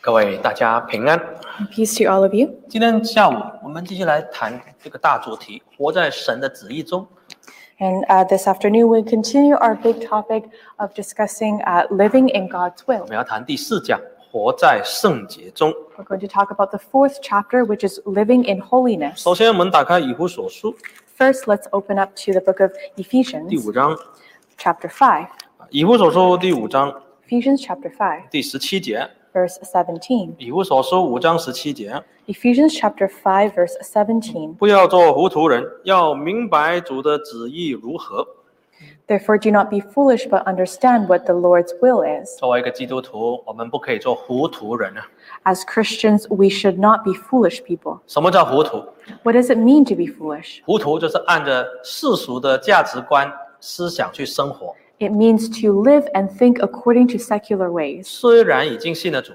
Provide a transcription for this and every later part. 各位大家平安。 And Peace to all of you. 今天下午我们继续来谈这个大主题：活在神的旨意中。 And uh, this afternoon, we'll continue our big topic of discussing uh, living in God's 我 will. 们要谈第四讲：活在圣洁中。 We're going to talk about the fourth chapter, which is living in holiness. 首先，我们打开以弗所书 First, let's open up to the book of 第 Ephesians, 五章， chapter 5. 以弗所书第五章 Ephesians chapter 5, 第十七节， verse 17. 以弗所书五章十七节， Ephesians chapter 5, verse 17. 不要做糊涂人，要明白主的旨意如何。 Therefore, do not be foolish, but understand what the Lord's will is. 作为一个基督徒，我们不可以做糊涂人啊！ As Christians, we should not be foolish people. 什么叫糊涂？ What does it mean to be foolish? 糊涂就是按着世俗的价值观、思想去生活。 It means to live and think according to secular ways. 虽然已经信了主，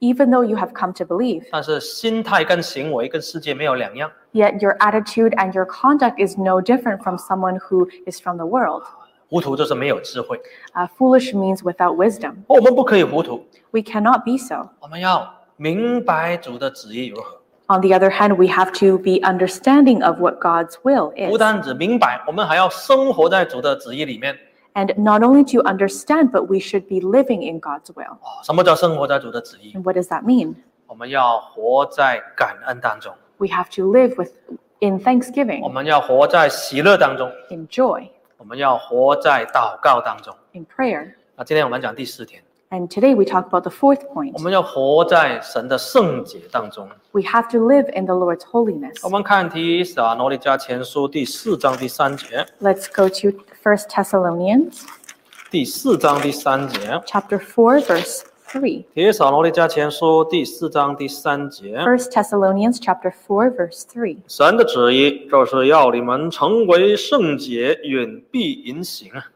Even though you have come to believe, 但是心态跟行为跟世界没有两样。 yet your attitude and your conduct is no different from someone who is from the world. 糊涂就是没有智慧， Uh, foolish means without wisdom. 我们不可以糊涂， We cannot be so. 我们要明白主的旨意如何。 On the other hand, we have to be understanding of what God's will 不 is. 但只明白，我们还要生活在主的旨意里面。 And not only to understand, but we should be living in God's will. 哦，什么叫生活在主的旨意？ And what does that mean? 我们要活在感恩当中， We have to live with in 我 thanksgiving, 们要活在喜乐当中， in joy, 我们要活在祷告当中。 in prayer. 那今天我们讲第四天， And today we talk about the fourth point. 我们要活在神的圣洁当中。 We have to live in the Lord's holiness. 我们看提撒罗尼迦前书第四章第三节， Let's go to First Thessalonians 第四章第三节， chapter 4 verse 3. 提撒罗尼迦前书第四章第三节， First Thessalonians chapter 4 verse 3. 神的旨意就是要你们成为圣洁，远避淫行啊。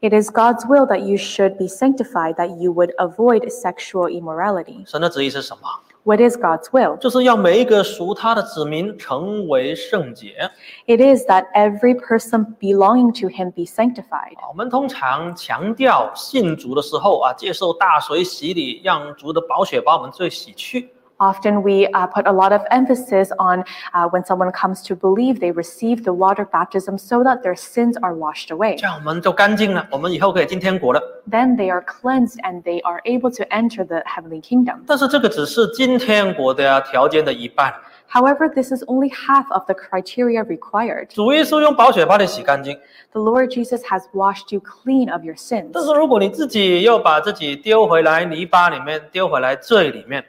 It is God's will that you should be sanctified that you would avoid sexual immorality. 神的旨意是什么？ What is God's will? 就是要每一个属他的子民成为圣洁。 It is that every person belonging to him be sanctified. 啊我们通常强调信主的时候啊，接受大水洗礼，让主的宝血把我们罪洗去。 Often we uh, put a lot of emphasis on uh, when someone comes to believe they receive the water baptism so that their sins are washed away. 这样我们就干净了，我们以后可以进天国了。 Then they are cleansed and they are able to enter the heavenly kingdom. 但是这个只是今天国的啊条件的一半。 However, this is only half of the criteria required. 主耶稣用宝血把你洗干净， The Lord Jesus has washed you clean of your sins. 但是如果你自己又把自己丢回来泥巴里面，丢回来罪里面，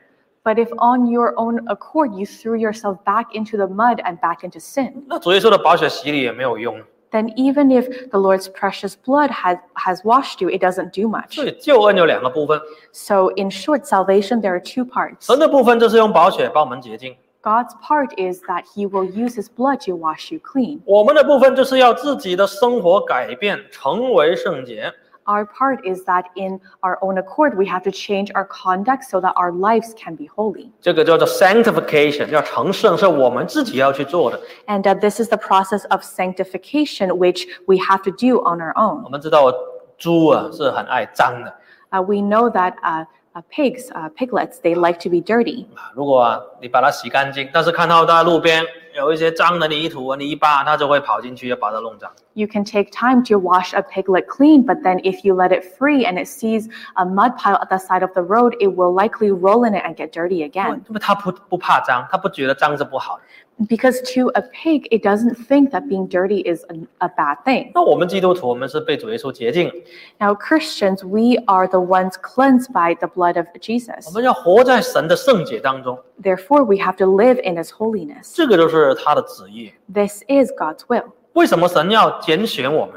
But if on your own accord you threw yourself back into the mud and back into sin, 那主耶稣的宝血洗礼也没有用。 then even if the Lord's precious blood has, has washed you, it doesn't do much. 所以救恩有两个部分， So, in short, salvation, there are two parts. 神的部分就是用宝血把我们洁净， God's part is that He will use His blood to wash you clean. 我们的部分就是要自己的生活改变，成为圣洁。 Our part is that in our own accord, we have to change our conduct so that our lives can be holy. 这个叫做 sanctification，叫成圣，是我们自己要去做的。 And uh, this is the process of sanctification, which we have to do on our 我 own. 们知道猪啊是很爱脏的， Uh, we know that uh, uh, pigs, uh, piglets, they like to be dirty. 如果啊你把它洗干净，但是看到在路边有一些脏的泥土啊、泥巴，它就会跑进去要把它弄脏。 You can take time to wash a piglet clean, but then if you let it free and it sees a mud pile at the side of the road, it will likely roll in it and get dirty 因 again. 为它不不怕脏，它不觉得脏是不好的。 Because to a pig, it doesn't think that being dirty is a, a bad thing. 那我们基督徒，我们是被主耶稣洁净， Now, Christians, we are the ones cleansed by the blood of 我 Jesus. 们要活在神的圣洁当中， Therefore, we have to live in his holiness. 这个就是他的旨意。 This is God's will. 为什么神要拣选我们？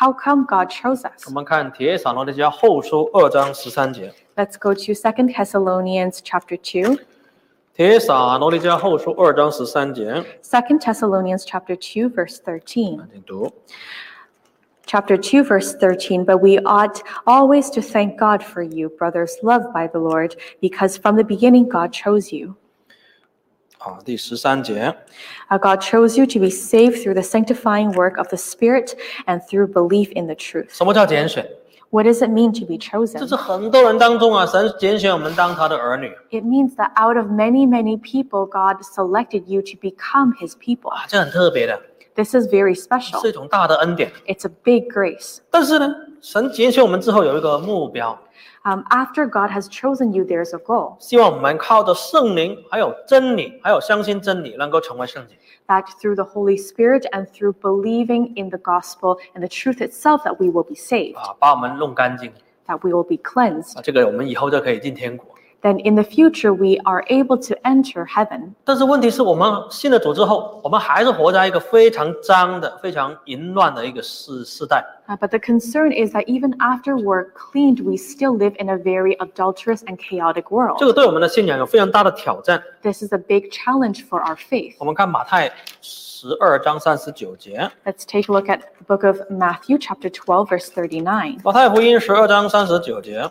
How come God chose 我 us? 们看《铁撒罗尼迦后书》二章十三节，《 Let's go to 2 Thessalonians chapter 2. 铁撒罗尼迦后书》二章十三节， 2 Thessalonians chapter 2, verse 13. 请读。 Chapter 2, verse 13. But we ought always to thank God for you, brothers loved by the Lord, because from the beginning God chose you. 啊，第十三节， Uh, God chose you to be saved through the sanctifying work of the Spirit and through belief in the truth. 什么叫拣选？ What does it mean to be chosen? 这是很多人当中啊，神拣选我们当他的儿女 It means that out of many, many people, God selected you to become his people. 啊，这很特别的， This is very special. 是一种大的恩典。 It's a big grace. 但是呢，神拣选我们之后有一个目标， Um, after God has chosen you, there's a goal 希望我们靠着圣灵，还有真理，还有相信真理，能够成为圣洁。 that through the Holy Spirit and through believing in the gospel and the truth itself, that we will be saved, 啊，把我们弄干净 that we will be cleansed. 啊，这个我们以后就可以进天国。 Then in the future, we are able to enter heaven. 但是问题是我们信了主之后，我们还是活在一个非常脏的、非常淫乱的一个世世代 Uh, but the concern is that even after we're cleaned, we still live in a very adulterous and chaotic 这 world. 个对我们的信仰有非常大的挑战。 This is a big challenge for our faith. 我们看马太十二章三十九节， Let's take a look at the book of Matthew, chapter 12, verse 39. 马太福音十二章三十九节，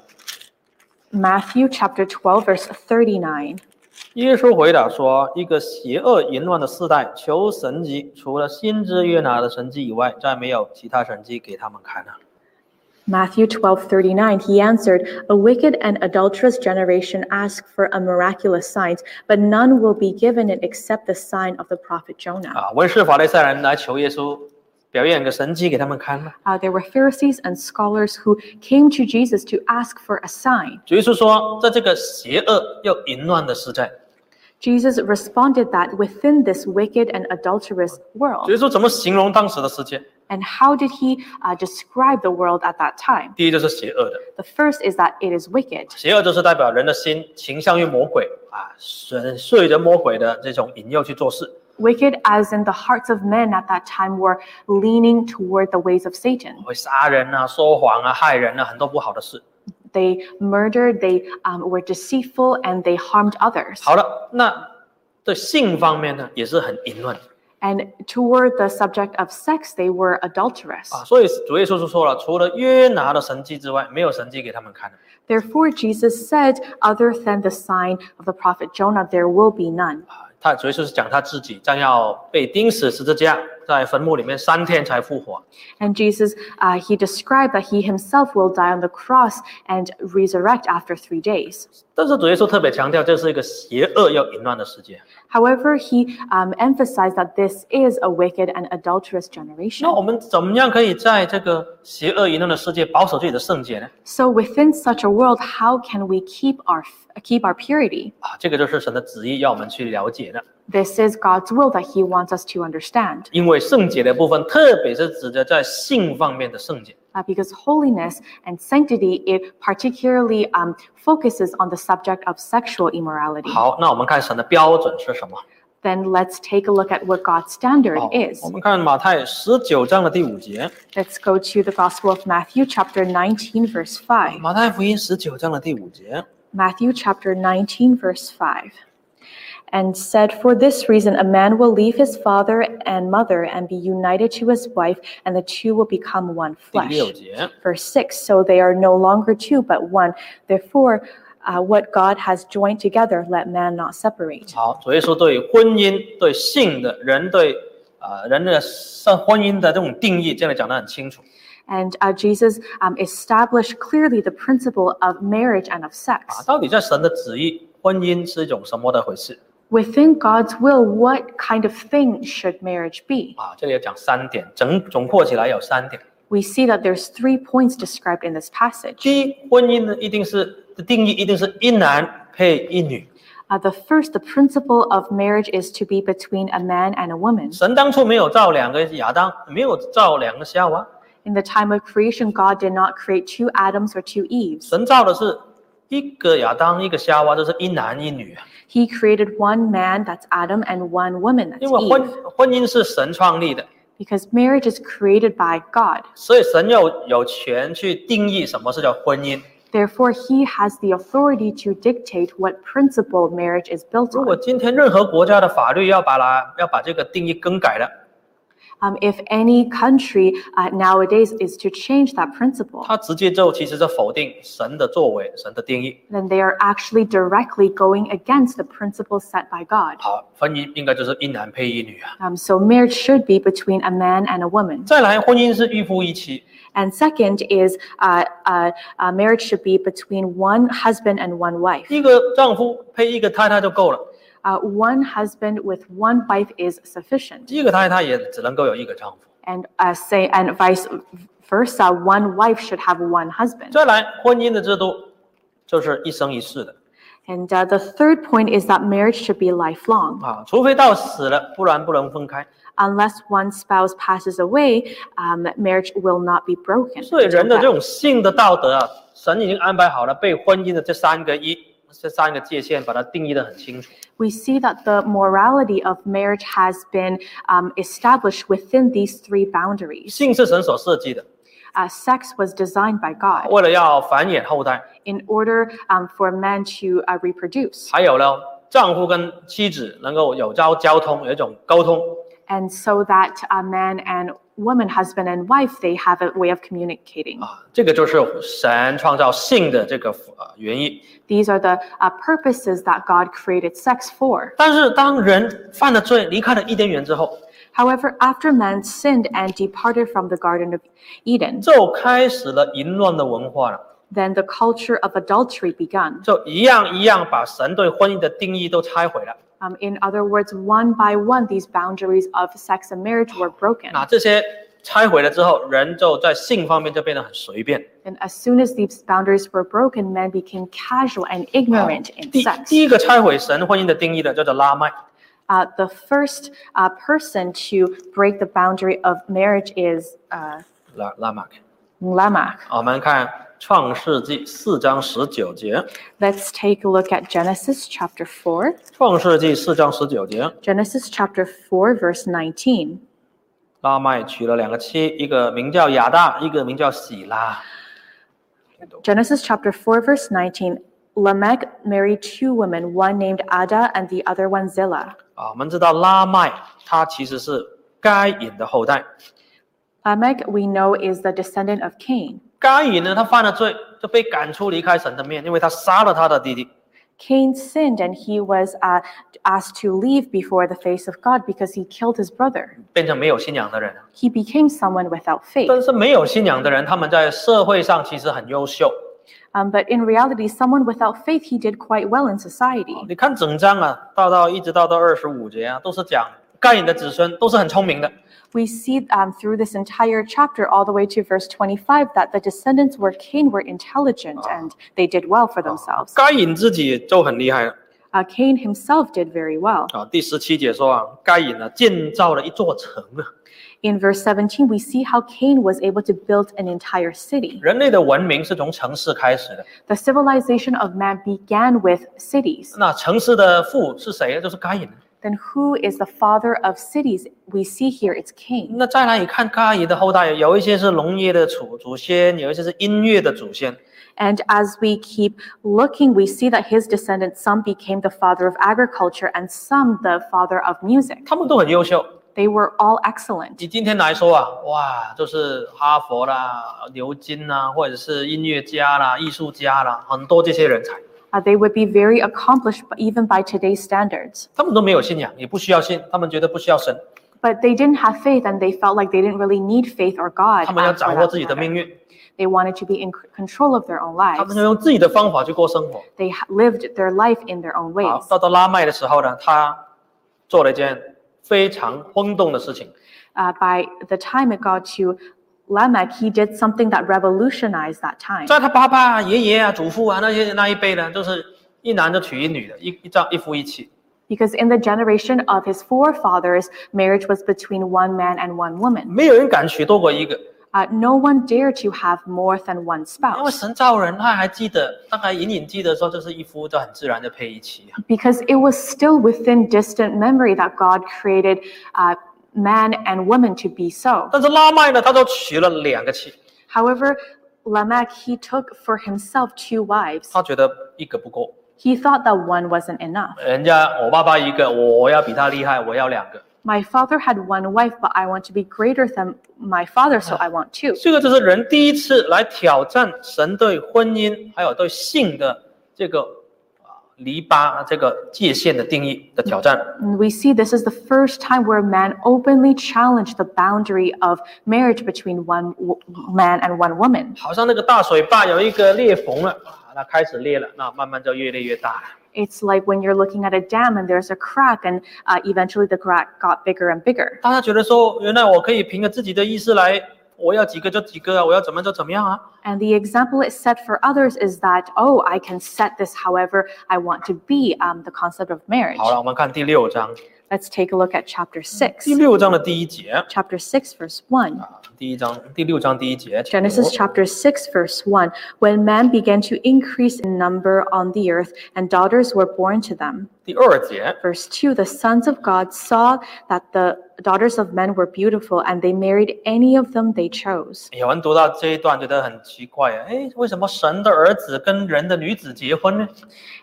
Matthew, chapter 12, verse 39. 耶稣回答说：“一个邪恶淫乱的世代，求神迹，除了先知约拿的神迹以外，再没有其他神迹给他们看了。啊 Matthew 12, 39. He answered, A wicked and adulterous generation asks for a miraculous sign, but none will be given it except the sign of the prophet Jonah. 啊，文士法利赛人来求耶稣表演个神迹给他们看了。 Uh, there were Pharisees and scholars who came to Jesus to ask for a sign. 主耶稣说，在这个邪恶又淫乱的时代， Jesus responded that within this wicked and adulterous 主 world, 耶稣怎么形容当时的世界？ and how did he uh, describe the world at that time? 第一就是邪恶的， The first is that it is wicked. 邪恶就是代表人的心倾向于魔鬼啊，顺顺着魔鬼的这种引诱去做事。 Wicked, as in the hearts of men at that time were leaning toward the ways of Satan. 会杀人啊、说谎啊、害人啊，很多不好的事。 They murdered, they um, were deceitful, and they harmed others. 好了，那对性方面呢，也是很淫乱 And toward the subject of sex, they were adulterous. 啊。所以主耶稣就说了，除了约拿的神迹之外，没有神迹给他们看的 Therefore, Jesus said, Other than the sign of the prophet Jonah, there will be none. 啊。他主耶稣是讲他自己将要被钉死十字架，在坟墓里面三天才复活。 And Jesus, uh, he described that he himself will die on the cross and resurrect after three days. 但是主耶稣特别强调，这是一个邪恶又淫乱的世界。 However, he um, emphasized that this is a wicked and adulterous 那 generation. 我们怎么样可以在这个邪恶淫乱的世界保守自己的圣洁呢？ So, within such a world, how can we keep our keep our purity? 啊，这个就是神的旨意，要我们去了解的。 This is God's will that He wants us to understand, 因为圣洁的部分，特别是指的在性方面的圣洁。 uh, because holiness and sanctity it particularly um, focuses on the subject of sexual immorality. 好，那我们看神的标准是什么？ Then let's take a look at what God's standard 好 is. 我们看马太十九章的第五节， Let's go to the Gospel of Matthew, chapter 19, verse 5. 马太福音十九章的第五节。 Matthew, chapter 19, verse 5. And said, For this reason, a man will leave his father and mother and be united to his wife, and the two will become one 第 flesh. 六节， Verse 6 So they are no longer two, but one. Therefore, uh, what God has joined together, let man not separate. 好，主耶稣对婚姻、对性的人对啊、呃人的生婚姻的这种定义，这样讲得很清楚。 And uh, Jesus um, established clearly the principle of marriage and 啊，of sex. 到底在神的旨意，婚姻是一种什么的回事 Within God's will, what kind of thing should marriage be? 啊？这里有讲三点，整总括起来有三点。 We see that there's three points described in this passage. 第一，婚姻呢一定是的定义一定是一男配一女。 Uh, the first, the principle of marriage is to be between a man and a woman. 神当初没有造两个亚当，没有造两个夏娃， In the time of creation, God did not create two Adams or two Eves. 神造的是一个亚当，一个夏娃，就是一男一女。啊 He created one man, that's Adam, and one woman, that's 因为婚 Eve. 婚姻是神创立的， Because marriage is created by God. 所以神有有权去定义什么是叫婚姻。 Therefore, He has the authority to dictate what principle marriage is built 如果 on. 今天任何国家的法律要把它要把这个定义更改了， Um, if any country uh, nowadays is to change that principle, 他直接就其实在否定神的作为、神的定义。 then they are actually directly going against the principles set by God. 好，婚姻应该就是一男配一女啊。 Um, so marriage should be between a man and a woman. 再来，婚姻是一夫一妻， And second is uh, uh, uh, marriage should be between one husband and one wife. 一个丈夫配一个太太就够了， Uh, one husband with one wife is sufficient, 一个太太也只能够有一个丈夫。 and uh, say and vice versa. One wife should have one husband. 再来，婚姻的制度就是一生一世的 And uh, the third point is that marriage should be lifelong. 啊，除非到死了，不然不能分开。 Unless one spouse passes away, um, marriage will not be broken. 对 until 人的 death. 这种性的道德啊，神已经安排好了，被婚姻的这三个一这三个界限把它定义的很清楚。 we see that the morality of marriage has been um, established within these three boundaries. 性是神所设计的， Uh, sex was designed by God 为了要繁衍后代， in order um, for men to uh, reproduce. 还有呢，丈夫跟妻子能够有交交通，有一种沟通。 and so that a man and woman, husband and wife, they have a way of communicating. 啊，这个就是神创造性的这个呃原意。 These are the uh, purposes that God created sex for. 但是当人犯了罪，离开了伊甸园之后， However, after man sinned and departed from the Garden of Eden, 就开始了淫乱的文化了， then the culture of adultery began. 就一样一样把神对婚姻的定义都拆毁了。 Um, in other words, one by one, these boundaries of sex and marriage were broken. 那这些拆毁了之后，人就在性方面就变得很随便。 And as soon as these boundaries were broken, men became casual and ignorant in 第 sex. 第一个拆毁神婚姻的定义的叫做拉麦， Uh, the first uh, person to break the boundary of marriage is uh, 拉拉麦。 Lamech. 我们看创世纪四章十九节， Let's take a look at Genesis chapter 4. 创世纪四章十九节， Genesis chapter 4, verse 19. 拉麦娶了两个妻，一个名叫亚大，一个名叫喜拉。 Genesis chapter 4, verse 19. Lamech married two women, one named Ada and the other one Zillah. 啊，我们知道拉麦他其实是该隐的后代， Lamech, we know, is the descendant of Cain. 该隐呢他犯了罪，就被赶出离开神的面，因为他杀了他的弟弟。 Cain sinned and he was uh, asked to leave before the face of God because he killed his brother. 变成没有信仰的人，啊 He became someone without faith. 但是没有信仰的人，他们在社会上其实很优秀。 Um, but in reality, someone without faith, he did quite well in society. 你看整章啊，到到一直到到二十五节啊，都是讲该隐的子孙都是很聪明的， We see um, through this entire chapter, all the way to verse 25, that the descendants were Cain were intelligent and they did well for themselves. 该隐自己就很厉害了 Uh, Cain himself did very well. 啊。第十七节说啊，该隐呢建造了一座城啊。 In verse 17, we see how Cain was able to build an entire city. 人类的文明是从城市开始的， The civilization of man began with cities. 那城市的父是谁呢？就是该隐。 Then who is the father of cities? We see here it's Cain. 那再来你看该隐的后代，有一些是农业的祖祖先，有一些是音乐的祖先。 And as we keep looking, we see that his descendants, some became the father of agriculture and some the father of music. 他们都很优秀。 They were all excellent. 以今天来说啊，哇，就是哈佛啦、牛津啦，或者是音乐家啦、艺术家啦，很多这些人才， Uh, they would be very accomplished b- even by today's standards. 他们都没有信仰，也不需要信，他们觉得不需要神， But they didn't have faith and they felt like they didn't really need faith or God. 他们要 uh, for 掌握 that 自己的 matter. 命运， They wanted to be in c- control of their own 他 lives. 们要用自己的方法去过生活。 They ha- lived their life in their own 好 ways. 到到拉麦的时候呢，他做了一件非常轰动的事情， Uh, by the time it got to Lamech, he did something that revolutionized that time. 在他爸爸、爷爷啊、祖父啊那些那一辈呢，就是一男就娶一女的，一一丈一夫一妻。 Because in the generation of his forefathers, marriage was between one man and one woman. 没有人敢娶多过一个， Uh, no one dared to have more than one 因为 spouse 啊神造人，他还记得，大概隐隐记得说，就是一夫就很自然的配一妻啊。 because it was still within distant memory that God created uh, man and woman to be so. 但是拉麦呢，他就娶了两个妻， However, Lamech, he took for himself two wives. 他觉得一个不够， He thought that one wasn't enough. 人家我爸爸一个，我要比他厉害，我要两个。 My father had one wife, but I want to be greater than my father, so I want two. 这个就是人第一次来挑战神对婚姻还有对性的这个啊篱笆这个界限的定义的挑战。 And we see this is the first time where a man openly challenged the boundary of marriage between one w- man and one woman. 好像那个大水坝有一个裂缝了啊，那开始裂了，那慢慢就越裂越大了。 It's like when you're looking at a dam and there's a crack, and uh, eventually the crack got bigger and bigger. 大家觉得说，原来我可以凭着自己的意思来，我要几个就几个啊，我要怎么就怎么样啊。 And the example it set for others is that, oh, I can set this however I want to be, um, the concept of marriage. 好了，我们看第六章， Let's take a look at chapter 6. 第六章的第一节，啊 Chapter 6, verse 1. 第一章第六章第一节，请读 Genesis chapter 6, verse 1. When men began to increase in number on the earth, and daughters were born to them. 第二节， Verse 2 The sons of God saw that the daughters of men were beautiful, and they married any of them they chose. 有人读到这一段觉得很奇怪啊，哎，为什么神的儿子跟人的女子结婚呢？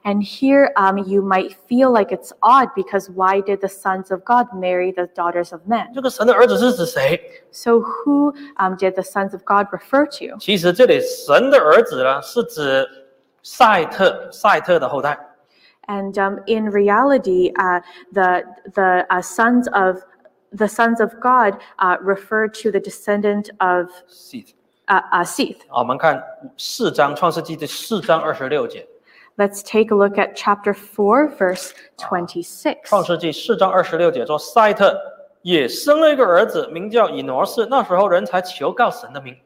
And here um, you might feel like it's odd because why did the sons of God marry the daughters of men? 这个神的儿子是指谁？ So who um, did the sons of God refer to? 其实这里神的儿子呢，是指赛特，赛特的后代。 And um, in reality, uh, the the uh, sons of the sons of God uh, refer to the descendant of 是 uh, uh, Seth. 啊，我们看四章创世纪的四章二十六节， Let's take a look at chapter four, verse twenty-six. 创世纪四章二十六节说，赛特也生了一个儿子，名叫以挪士。那时候人才求告神的名。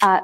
Uh,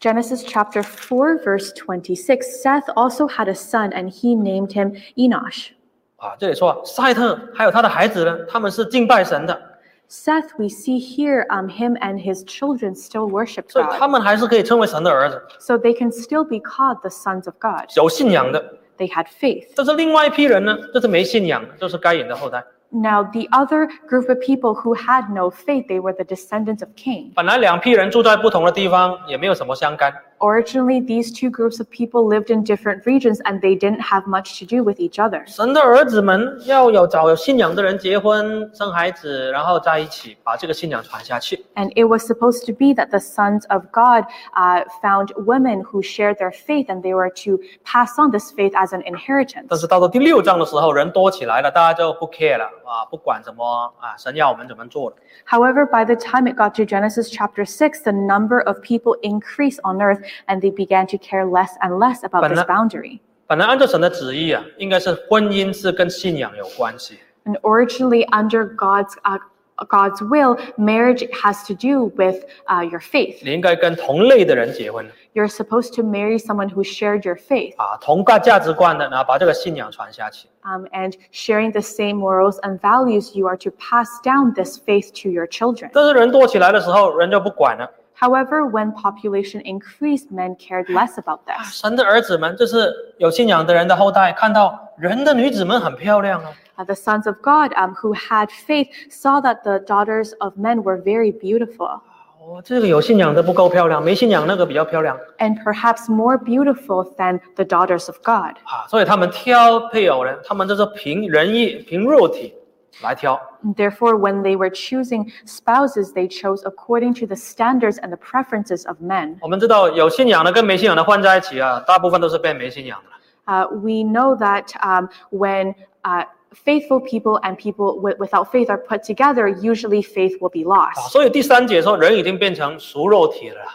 Genesis chapter four, verse twenty-six. Seth also had a son, and he named him Enosh. 啊，这里说啊，赛特还有他的孩子呢，他们是敬拜神的， Seth, we see here, um, him and his children still worship 所以 God, 他们还是可以称为神的儿子， so they can still be called the sons of God. 有信仰的。 They had faith. 但是另外一批人呢，就是没信仰的，就是该隐的后代。 Now, the other group of people who had no faith, they were the descendants of Cain. 本来两批人住在不同的地方，也没有什么相干。 Originally, these two groups of people lived in different regions and they didn't have much to do with each other. 神的儿子们要有找有信仰的人结婚生孩子，然后在一起把这个信仰传下去。 And it was supposed to be that the sons of God uh, found women who shared their faith and they were to pass on this faith as an 但 inheritance. 是到了第六章的时候，人多起来了，大家就不 care 了啊，不管什么啊，神要我们怎么做了。 However, by the time it got to Genesis chapter 6, the number of people increased on earth and they began to care less and less about But this not- boundary. 本来按照神的旨意啊，应该是婚姻是跟信仰有关系。 And originally, under God's uh, God's will, marriage has to do with uh, your faith. 你应该跟同类的人结婚 You're supposed to marry someone who shared your faith 啊，同个价值观的，然后把这个信仰传下去。 um, and sharing the same morals and values. You are to pass down this faith to your children. 但是人多起来的时候，人就不管了。 However, when population increased, men cared less about this. 神的儿子们就是有信仰的人的后代，看到人的女子们很漂亮啊， Uh, the sons of God um, who had faith saw that the daughters of men were very beautiful. 哦，这个有信仰的不够漂亮，没信仰那个比较漂亮 And perhaps more beautiful than the daughters of God. 啊，所以他们挑配偶呢，他们就是凭仁义、凭肉体来挑。 Therefore, when they were choosing spouses, they chose according to the standards and the preferences of men. 我们知道有信仰的跟没信仰的混在一起啊，大部分都是变没信仰的了。 Uh, we know that um, when uh, faithful people and people wi- without faith are put together, usually faith will be 啊 lost. 所以第三节说人已经变成熟肉体了啦，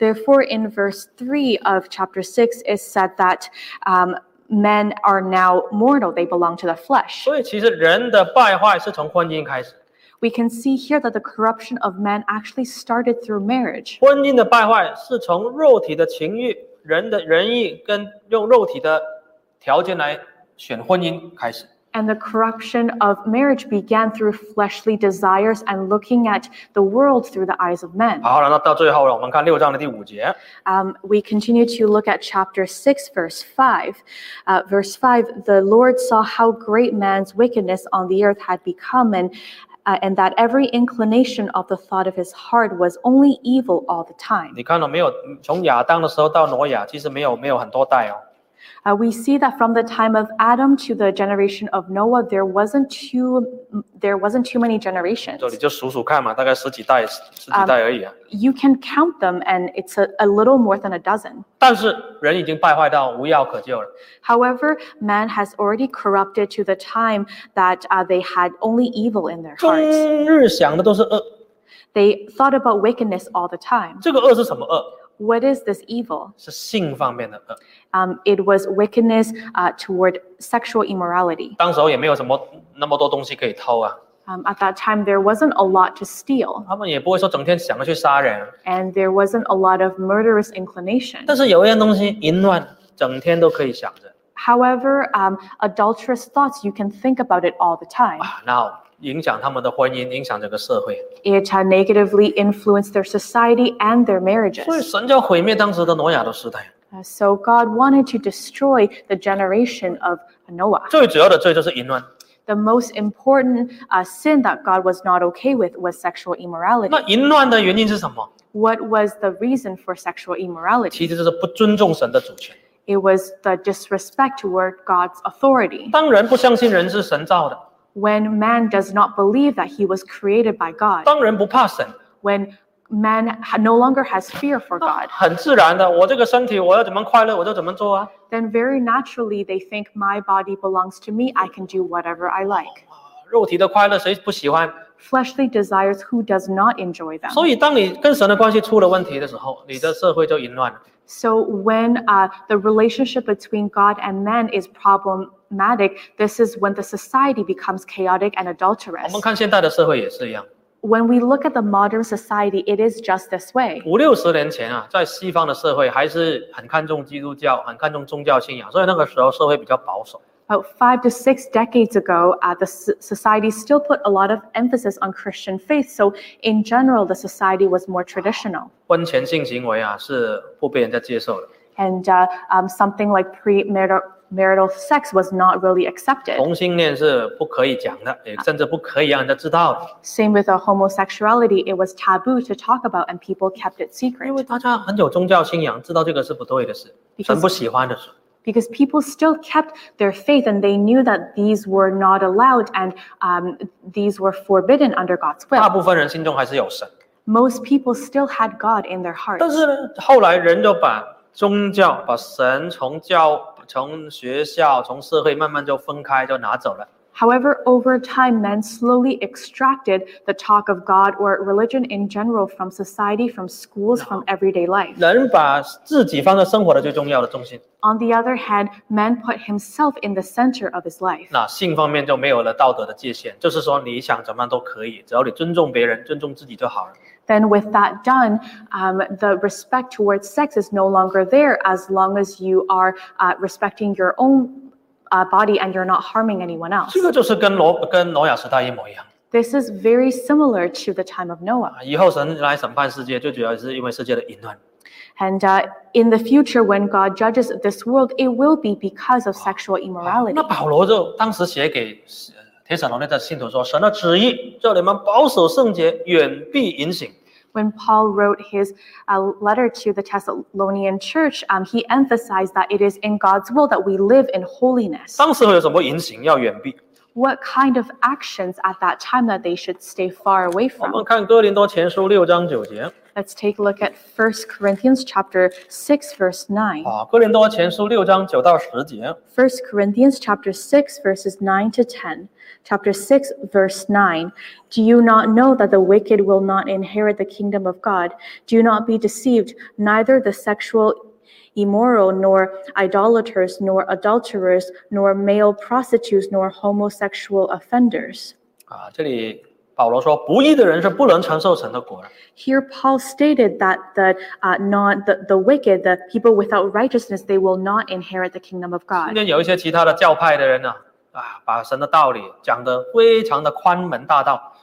Therefore, in verse 3 of chapter 6, it said that um, men are now mortal, they belong to the flesh. 所以其实人的败坏是从婚姻开始， We can see here that the corruption of men actually started through marriage. 婚姻的败坏是从肉体的情欲、人的仁义跟用肉体的条件来选婚姻开始。 And the corruption of marriage began through fleshly desires and looking at the world through the eyes of men. 好，然后到最后了，我们看六章的第五节， Um, we continue to look at chapter 6, verse 5. Uh, verse 5 The Lord saw how great man's wickedness on the earth had become, and, uh, and that every inclination of the thought of his heart was only evil all the time. 你看到没有？从亚当的时候到挪亚，其实没有没有很多代哦。 uh, we see that from the time of Adam to the generation of Noah, there wasn't too there wasn't too many generations. 就你就数数看嘛，大概十几代十十几代而已啊。 You can count them, and it's a, a little more than a dozen. 但是人已经败坏到无药可救了， However, man has already corrupted to the time that uh, they had only evil in their 终 hearts. 日想的都是恶。 They thought about wickedness all the time. 这个恶是什么恶？ What is this evil? 是性方面的恶。 Um, it was wickedness uh, toward sexual immorality. 当时候也没有什么那么多东西可以偷啊， Um, at that time, there wasn't a lot to steal, 他们也不会说整天想着去杀人啊。 and there wasn't a lot of murderous inclination. 但是有一样东西，淫乱，整天都可以想着 However, um, adulterous thoughts, you can think about it all the time. 啊，然后影响他们的婚姻，影响整个社会。 It uh, negatively influenced their society and their marriages. 所以神就毁灭当时的挪亚的时代。 Uh, so God wanted to destroy the generation of Noah. 最主要的罪就是淫乱。 The most important uh, sin that God was not okay with was sexual immorality. 那淫乱的原因是什么？ What was the reason for sexual immorality? 其实就是不尊重神的主权。 It was the disrespect toward God's authority. 当人不相信人是神造的， When man does not believe that he was created by God, 当人不怕神， when man ha- no longer has fear for God, 很自然的，我这个身体我要怎么快乐我就怎么做啊。 then very naturally they think, My body belongs to me, I can do whatever I like. 肉体的快乐谁不喜欢？ Fleshly desires, who does not enjoy them? 所以当你跟神的关系出了问题的时候，你的社会就淫乱了。 So when uh, the relationship between God and man is problematic, this is when the society becomes chaotic and 我 adulterous. 们看现代的社会也是一样， When we look at the modern society, it is just this way. 五六十年前啊，在西方的社会还是很看重基督教，很看重宗教信仰，所以那个时候社会比较保守。 About five to six decades ago, uh, the s- society still put a lot of emphasis on Christian faith. So in general, the society was more traditional. 婚前性行为啊是不被人家接受的， And uh, um, something like premarital marital sex was not really accepted. 同性恋是不可以讲的，也甚至不可以让人家知道的， Same with uh, homosexuality, it was taboo to talk about, and people kept it 因为 secret 大家很有宗教信仰，知道这个是不对的事，神不喜欢的事。 because people still kept their faith and they knew that these were not allowed and um, these were forbidden under God's 大 will. 部分人心中还是有神， Most people still had God in their 但 hearts. 是呢，后来人就把宗教、把神从教、从学校、从社会慢慢就分开，就拿走了。 However, over time, men slowly extracted the talk of God or religion in general from society, from schools, from everyday life. 人把自己放在生活的最重要的重心， On the other hand, man put himself in the center of his life. 那性方面就没有了道德的界限，就是说你想怎么样都可以，只要你尊重别人、尊重自己就好了。 then with that done, um, the respect towards sex is no longer there as long as you are uh, respecting your own uh, body and you're not harming anyone else. 这个就是跟罗跟挪亚时代一模一样 This is very similar to the time of Noah. 啊！以后神来审判世界，最主要是因为世界的淫乱。 And uh, in the future, when God judges this world, it will be because of sexual immorality. 那保罗就当时写给呃铁撒罗尼的信徒说：“神的旨意叫你们保守圣洁，远避淫行。 When Paul wrote his uh, letter to the Thessalonian church, um, he emphasized that it is in God's will that we live in holiness. 当时会有什么淫行要远避？ what kind of actions at that time that they should stay far away 我们 from. 看哥林多前书六章九节 Let's take a look at 1 Corinthians chapter 6 verse 9. 啊，哥林多前书六章九到十节， 1 Corinthians chapter 6 verses 9 to 10. Chapter 6 verse 9. Do you not know that the wicked will not inherit the kingdom of God? Do not be deceived, neither the sexual immoral, nor idolaters, nor adulterers, nor male prostitutes, nor homosexual offenders. 啊，这里保罗说，不义的人是不能承受神的果的。 Here, Paul stated that the uh, non the, the wicked, the people without righteousness, they will not inherit the kingdom of 今 God. 天有一些其他的教派的人呢、啊，把神的道理讲得非常的宽门大道，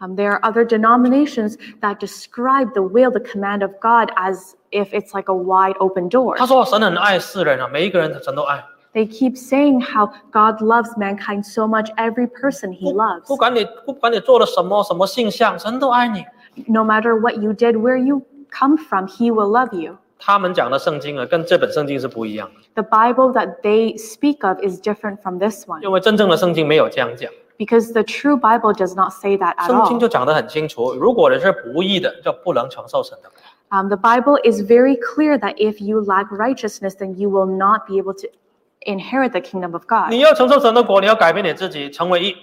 Um, there are other denominations that describe the will, the command of God, as if it's like a wide open door. 他说神很爱世人啊，每一个人神都爱， They keep saying how God loves mankind so much, every person He loves. 不管你不管你做了什么什么性向，神都爱你。 No matter what you did, where you come from, He will love you. 他们讲的圣经啊，跟这本圣经是不一样的， The Bible that they speak of is different from this one 因为真正的圣经没有这样讲， because the true Bible does not say that at 圣经 all. 就讲得很清楚，如果人是不义的，就不能承受神的国。 Um, the Bible is very clear that if you lack righteousness, then you will not be able to inherit the kingdom of God. 你要承受神的国，你要改变你自己，成为义。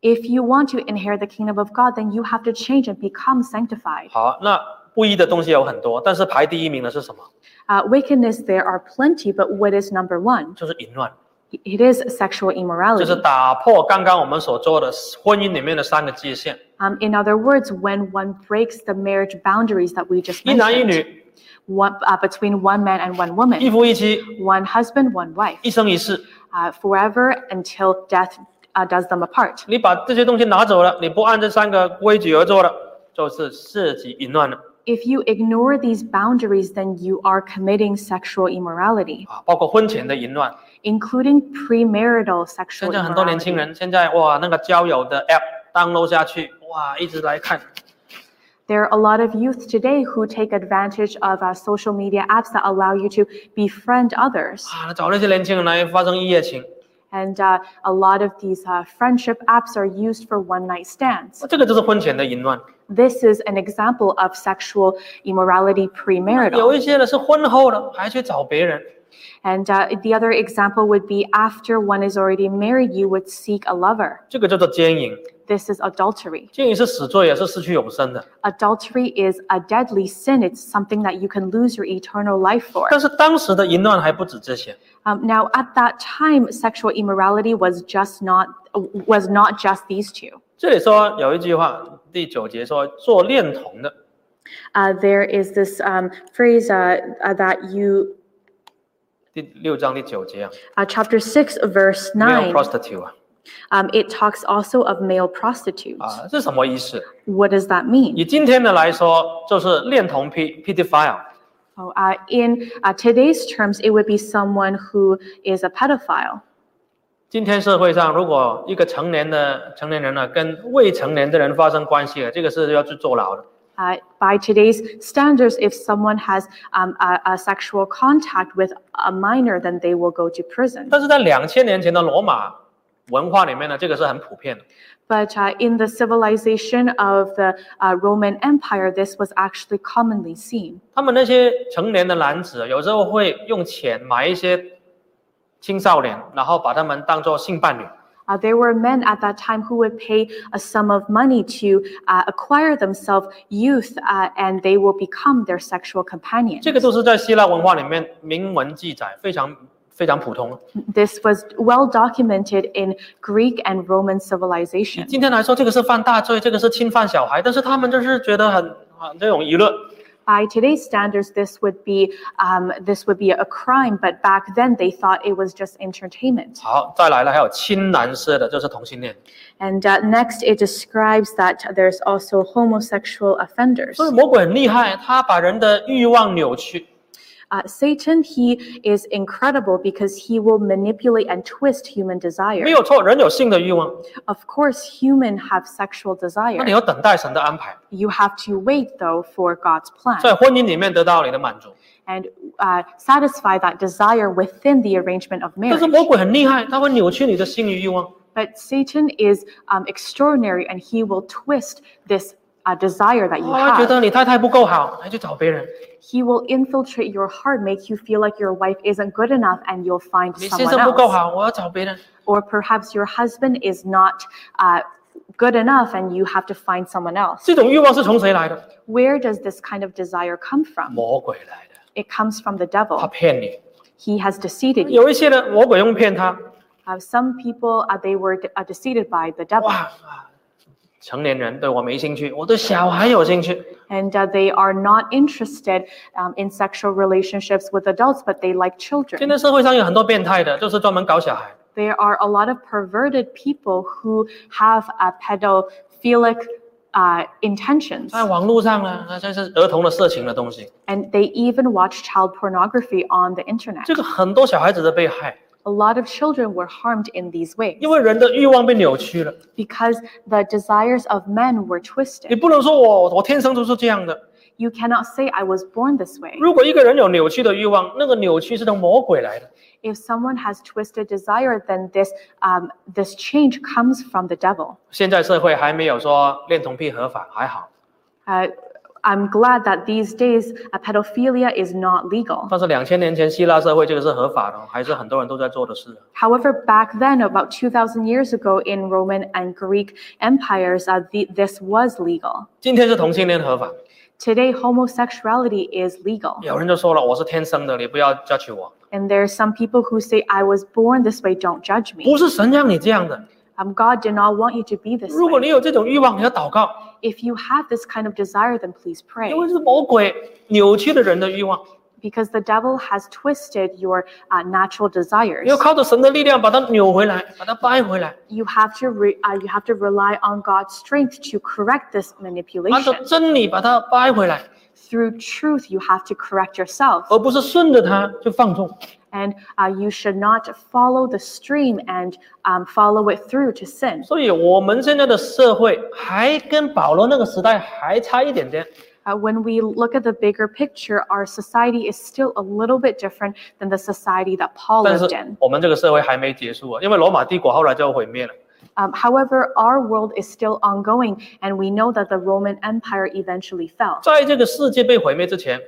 If you want to inherit the kingdom of God, then you have to change and become sanctified. 好，那不义的东西有很多，但是排第一名的是什么？ Uh, wickedness, there are plenty, but what is number one? 就是淫乱， It is sexual 就 immorality. 是打破刚刚我们所做的婚姻里面的三个界限， Um, in other words, when one breaks the marriage boundaries that we just 一男一 mentioned 女， one, uh, between one man and one 一 woman, 夫一妻， one husband, one wife, 一生一世。 uh, forever until death uh, does them apart. 你把这些东西拿走了，你不按这三个规矩而做了，就是自己淫乱了 If you ignore these boundaries, then you are committing sexual immorality, 啊！包括婚前的淫乱， including premarital 现 sexual 在很多年 immorality. 轻人现在哇，那个交友的 app download 下去，哇，一直来看， There are a lot of youth today who take advantage of uh, social media apps that allow you to befriend others. 啊，找那些年轻人来发生一夜情， And uh, a lot of these uh, friendship apps are used for one night stands. 这个就是婚前的淫乱。 This is an example of sexual immorality 有 premarital. 一些呢是婚后了还去找别人， And uh, the other example would be after one is already married, you would seek a lover. 这个叫做奸淫。 This is adultery. 奸淫是死罪，也是失去永生的。 Adultery is a deadly sin, it's something that you can lose your eternal life for. 但是当时的淫乱还不止这些， Um, now, at that time, sexual immorality was just not was not just these two. 这里说有一句话，第九节说做恋童的， Uh, there is this um, phrase uh, uh, that you, 第六章第九节啊 uh, chapter six, verse ，male nine. prostitute 啊， Um, it talks also of male prostitutes. 啊，这什么意思？ what does that mean? 以今天的来说，就是恋童 p pedophile， Oh, uh, in uh, today's terms, it would be someone who is a pedophile. 今天社会上，如果一个成年的成年人呢、跟未成年的人发生关系了，这个是要去坐牢的。 Uh, by today's standards, if someone has um, a, a sexual contact with a minor, then they will go to prison. 但是在两千年前的罗马文化里面呢，这个是很普遍的。 But uh, in the civilization of the uh, Roman Empire, this was actually commonly seen. 他们那些成年的男子，有时候会用钱买一些青少年，然后把他们当做性伴侣。 Uh, there were men at that time who would pay a sum of money to uh, acquire themselves youth, uh, and they will become their sexual companion. 这个都是在希腊文化里面明文记载，非常非常普通。嗯 This was well documented in Greek and Roman civilization. 今天来说，这个是犯大罪，这个是侵犯小孩，但是他们就是觉得很啊这种娱乐。 By today's standards, this would be um, this would be a crime, but back then they thought it was just entertainment. 好，再来了，还有青蓝色的，就是同性恋。 And uh, next, it describes that there's also homosexual offenders. 所以魔鬼很厉害，他把人的欲望扭曲。 Uh, Satan, he is incredible because he will manipulate and twist human 没 desire. 有错，人有性的欲望， Of course, human have sexual 那你 desire. 要等待神的安排， You have to wait though for God's plan 在婚姻里面得到你的满足。 and uh, satisfy that desire within the arrangement of 但是 marriage. 魔鬼很厉害，他会扭曲你的性与欲望。 But Satan is um, extraordinary and he will twist this uh, desire that you 我觉 have. 得你太太不够好，来去找别人。 He will infiltrate your heart, make you feel like your wife isn't good enough and you'll find 你先 someone 生不够 else. 好，我要找别人。 Or perhaps your husband is not uh, good enough and you have to find someone else. 这种欲望是从谁来的？ Where does this kind of desire come from? 魔鬼来的， It comes from the 他 devil. 骗你。 He has deceived you. 有一些人，魔鬼用骗他， Uh, some people, uh, they were de- uh, deceived by the 哇 devil 啊，成年人对我没兴趣，我对小孩有兴趣。 and uh, they are not interested um, in sexual relationships with adults, but they like 现 children. 在社会上有很多变态的，就是专门搞小孩。 There are a lot of perverted people who have uh, pedophilic uh, intentions 在网络上呢，那这是儿童的色情的东西， and they even watch child pornography on the internet. 这个很多小孩子的被害， a lot of children were harmed in these ways 因为人的欲望被扭曲了。 because the desires of men were 你 twisted. 不能说我我天生就是这样的， You cannot say, I was born this way. 如果一个人有扭曲的欲望，那个扭曲是从魔鬼来的。 If someone has twisted desire, then this, um, this change comes from the devil. 现在社会还没有说恋童癖合法，还好， Uh, I'm glad that these days uh, pedophilia is not legal. 但是两千年前希腊社会这个是合法的，哦还是很多人都在做的事。 However, back then, about 2,000 years ago in Roman and Greek empires, uh, the, this was legal. 今天是同性恋合法， Today, homosexuality is legal. 有人就说了，我是天生的，你不要 judge 我， And there are some people who say, I was born this way, don't judge me. 不是神让你这样的。 Um, God did not want you to be this 如果 way. 你有这种欲望，你要祷告， If you have this kind of desire, then please pray. 因为是魔鬼扭曲的人的欲望， Because the devil has twisted your uh, natural desires. 你要靠着神的力量把它扭回来，把它掰回来， You have to re- uh, you have to rely on God's strength to correct this 按照 manipulation. 真理把它掰回来， Through truth, you have to correct yourself, 而不是顺着它就放纵。 and uh, you should not follow the stream and um, follow it through to sin. 所以我们现在的社会还跟保罗那个时代还差一点点。 Uh, when we look at the bigger picture, our society is still a little bit different than the society that Paul 但是 lived in. 我们这个社会还没结束啊，因为罗马帝国后来就毁灭了。 Um, however, our world is still ongoing, and we know that the Roman Empire eventually fell. 在这个世界被毁灭之前，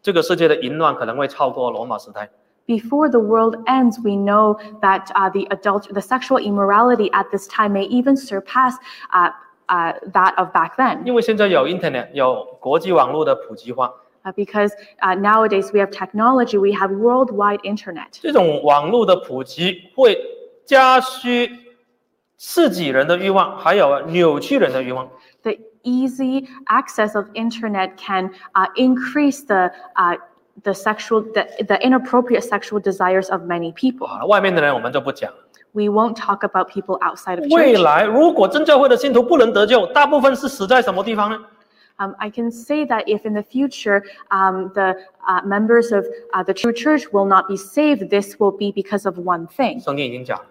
这个世界的淫乱可能会超过罗马时代。 Before the world ends, we know that uh, the adult, the sexual immorality at this time may even surpass uh, uh, that of back then, 因为现在有 Internet，有国际网络的普及化， uh, because uh, nowadays we have technology, we have worldwide internet. 这种网络的普及会加需刺激人的欲望，还有扭曲人的欲望。 the easy access of internet can uh, increase the uh, the sexual the, the inappropriate sexual desires of many 好 people 了，啊外面的人我们就不 讲了。 we won't talk about people outside of 未 church 来如果真教会的信徒不能得救，大部分是死在什么地方呢？ um, i can say that if in the future um, the uh, members of uh, the true church will not be saved this will be because of one thing 圣经已经讲了，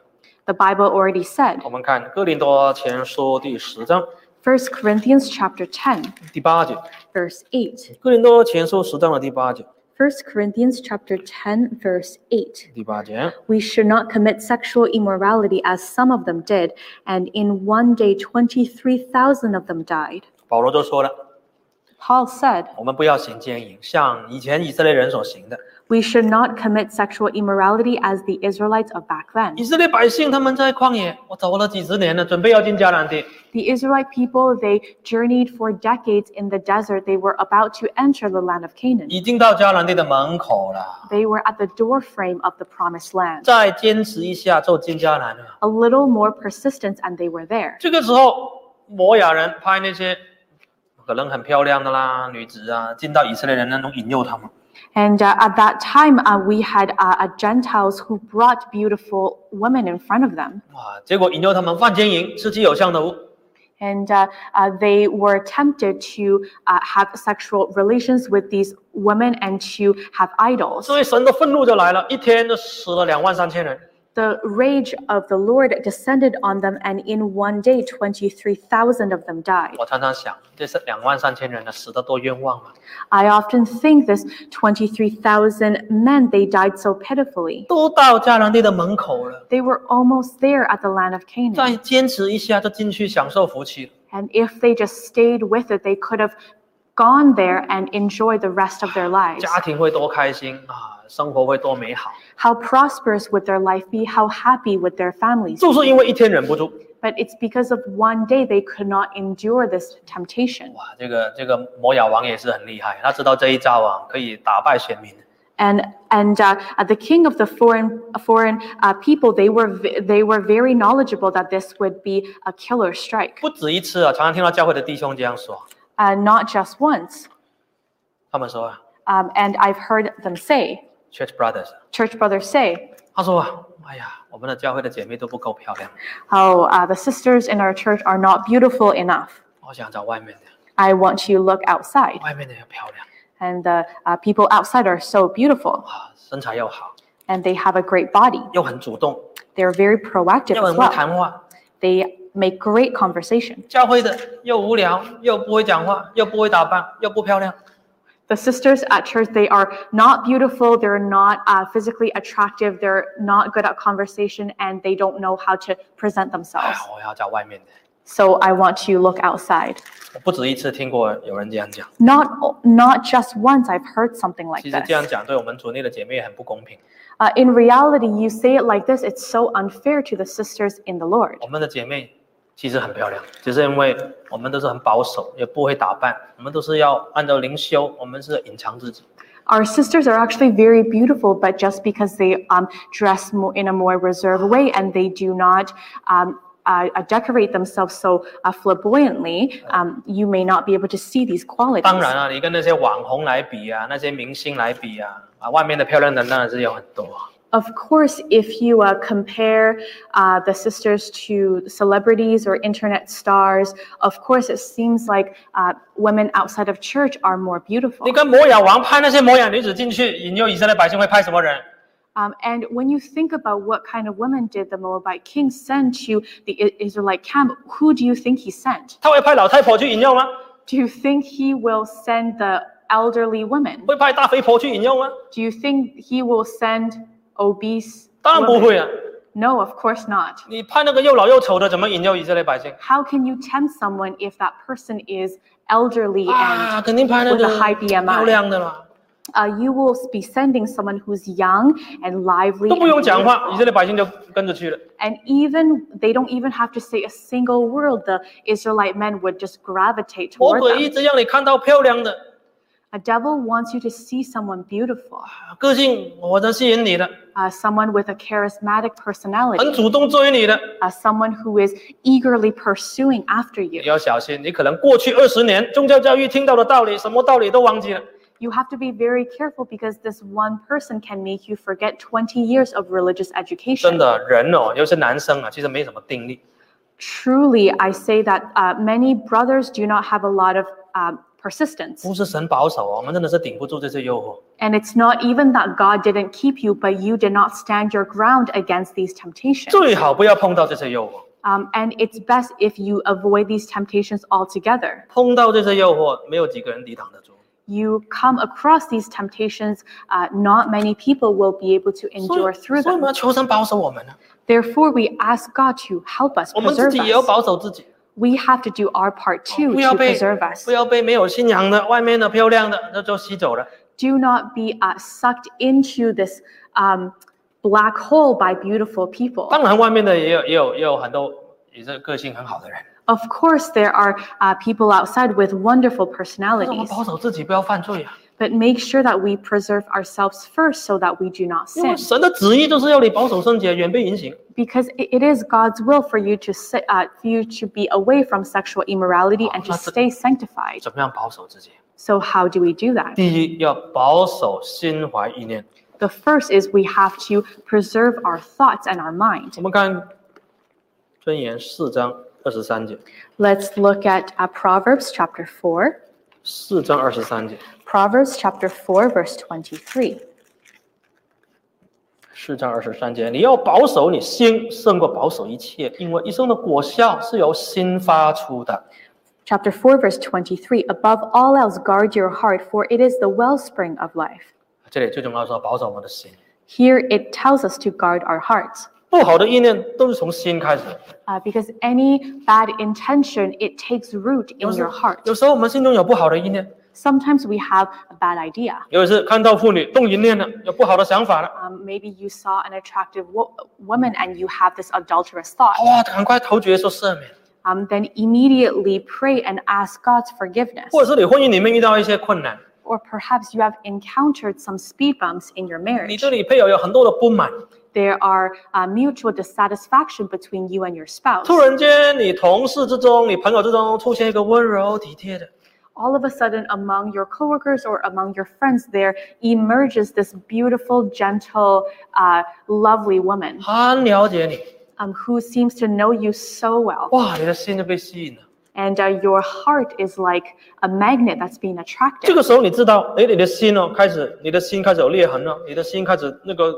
the bible already said 我们看《哥林多前书》第十章1 corinthians chapter 10第八节，《 verse 8哥林多前书》十章的第八节， 1 corinthians chapter 10 verse 8第八节， We should not commit sexual immorality as some of them did, and in one day 23,000 of them died. 保罗就说了， Paul said, 我们不要行奸淫，像以前以色列人所行的。 We should not commit sexual immorality as the Israelites of back then. 以色列百姓他们在旷野，我走了几十年了，准备要进迦南地， The Israelite people, they journeyed for decades in the desert. They were about to enter the land of Canaan. 已经到迦南地的门口了， They were at the doorframe of the promised land. 再坚持一下就进迦南了。 A little more persistence, and they were there. 这个时候，摩亚人派那些可能很漂亮的啦女子啊，进到以色列人那种引诱他们。 And uh, at that time, uh, we had uh, a Gentiles who brought beautiful women in front of them. 啊，结果引诱他们犯奸淫，吃其偶像的物。 and uh, uh, they were tempted to uh, have sexual relations with these women and to have idols. 所以神的愤怒就来了，一天就死了两万三千人。 The rage of the Lord descended on them, and in one day, 23,000 of them died. 我常常想，这是两万三千人呢，死得多冤枉啊！ I often think this 23,000 men, they died so pitifully. 都到迦南地的门口了， They were almost there at the land of 再 Canaan. 坚持一下就进去享受福气了。 And if they just stayed with it, they could have gone there and enjoyed the rest of their lives. 家庭会多开心啊，生活会多美好。 How prosperous would their life be? How happy would their families 就是因为一天忍不住， But it's because of one day they could not endure this temptation. 哇，这个这个摩亚王也是很厉害，他知道这一招啊可以打败选民。 And and uh, uh, the king of the foreign foreign uh, people they were v- they were very knowledgeable that this would be a killer strike, 不止一次啊，常常听到教会的弟兄这样说， uh, not just once. 他们说啊 Um, and I've heard them say, Church Brothers，啊 church brothers say, 他说啊，哎呀，我们的教会的姐妹都不够漂亮， oh, uh, the sisters in our church are not beautiful enough. 我想找外面的， I want to look outside, 外面的要漂亮 and the uh, people outside are so beautiful, 啊，身材又好， and they have a great body. 又很主动， They're very proactive 又 as 很会 well. 谈话， They make great conversation. 教会的又无聊，又不会讲话，又不会打扮，又不漂亮， The sisters at church, they are not beautiful, they're not uh, physically attractive, they're not good at conversation, and they don't know how to present themselves. 哎我要找外面的。 So I want you to look outside. 我不止一次听过有人这样讲， Not, not just once, I've heard something like 其实这样 this. 讲对我们组内的姐妹也很不公平。 Uh, in reality, you say it like this, it's so unfair to the sisters in the Lord. 我们的姐妹其实很漂亮，只是因为我们都是很保守，也不会打扮，我们都是要按照灵修，我们是隐藏自己。 Our sisters are actually very beautiful, but just because they um, dress more in a more reserved way and they do not um, uh, uh, decorate themselves so uh, flamboyantly, um, you may not be able to see these qualities. 当然啊，你跟那些网红来比啊，那些明星来比啊，啊，外面的漂亮人当然是有很多。啊 Of course, if you uh, compare uh, the sisters to celebrities or internet stars, of course, it seems like uh, women outside of church are more beautiful. 你跟摩亚王派那些摩亚女子进去引诱以色列百姓，会派什么人？ Um, and when you think about what kind of women did the Moabite king send to the I- Israelite camp, who do you think he sent? 他会派老太婆去引诱吗？ Do you think he will send the elderly women? 会派大肥婆去引诱吗？ Do you think he will send obese? 当然不 women? 会啊！ No, of course not. 你派那个又老又丑的，怎么引诱以色列百姓？ How can you tempt someone if that person is elderly 啊， and 肯定派那 with 个 a high 漂 BMI? 亮的啦， Uh, you will be sending someone who's young and lively. 都 And, 不用讲话，以色 beautiful. 列百姓就跟着去了。 and even they don't even have to say a single word. The Israelite men would just gravitate 魔 toward 鬼一 them. 直让你看到漂亮的， A devil wants you to see someone beautiful, 啊个性我的吸引你的， uh, someone with a charismatic 很 personality, 主动追你的， uh, someone who is eagerly pursuing after 你 you. 要小心，你可能过去二十年宗教教育听到的道理，什么道理都忘记了。 You have to be very careful because this one person can make you forget 20 years of religious 真 education. 的人哦，尤其是男生啊，其实没什么定力。 Truly, I say that uh, many brothers do not have a lot of um, persistence. 不是神保守哦，我们真的是顶不住这些诱惑。 And it's not even that God didn't keep you, but you did not stand your ground against these temptations. 最好不要碰到这些诱惑， Um, and it's best if you avoid these temptations altogether. 碰到这些诱惑，没有几个人抵挡得住。 You come across these temptations, uh, not many people will be able to 所以所 endure through 以我们 them. 要求神保守我们呢、 Therefore, we ask God to help us, 我们自 preserve 己也要 us. 保守自己， We have to do our part too 不要 to 被 preserve us. 不要被没有信仰的、外面的漂亮的那就吸走了。 Do not be uh, sucked into this um, black hole by beautiful people. 当然，外面的也有也有也有很多也是个性很好的人， Of course, there are uh, people outside with wonderful 但是我们 personalities, 保守自己不要犯罪啊， but make sure that we preserve ourselves first so that we do not 因为 sin. 神的旨意就是要你保守圣洁，远避淫行。 Because i- it is God's will for you to sit, uh, for you to be away from sexual immorality and to that's- stay sanctified. 怎么样保守自己？ So how do we do that? 第一，要保守心怀意念。 The first is we have to preserve our thoughts and our mind. 我们看箴言四章二十三节， Let's look at uh, Proverbs chapter four. 四章二十三节， Proverbs chapter four, verse twenty-three. 四章二十三节，你要保守你心，胜过保守一切，因为一生的果效是由心发出的。 Chapter 4, verse 23 Above all else, guard your heart, for it is the wellspring of life. 这里最重要说保守我们的心， Here it tells us to guard our hearts. 不好的意念都是从心开始的。 uh, because any bad intention, it takes root in your heart. 有时候我们心中有不好的意念， Sometimes we have a bad idea. 有一次看到妇女动淫念了，有不好的想法了， Um, maybe you saw an attractive wo- woman and you have this adulterous thought. 哇，赶快投绝说赦免。 Um, then immediately pray and ask God's forgiveness. 或者是你婚姻里面遇到一些困难， Or perhaps you have encountered some speed bumps in your 你 marriage. 对你配偶有很多的不满， There are uh, mutual dissatisfaction between you and your spouse. 突然间你同事之中、你朋友之中出现一个温柔体贴的， all of a sudden among your coworkers or among your friends there emerges this beautiful gentle uh, lovely woman 很了解你， um, who seems to know you so well 哇，你的心就被吸引了。 and uh, your heart is like a magnet that's being 这 attracted 个时候你知道，哎，你的心哦，开始，你的心开始有裂痕了，你的心开始那个呃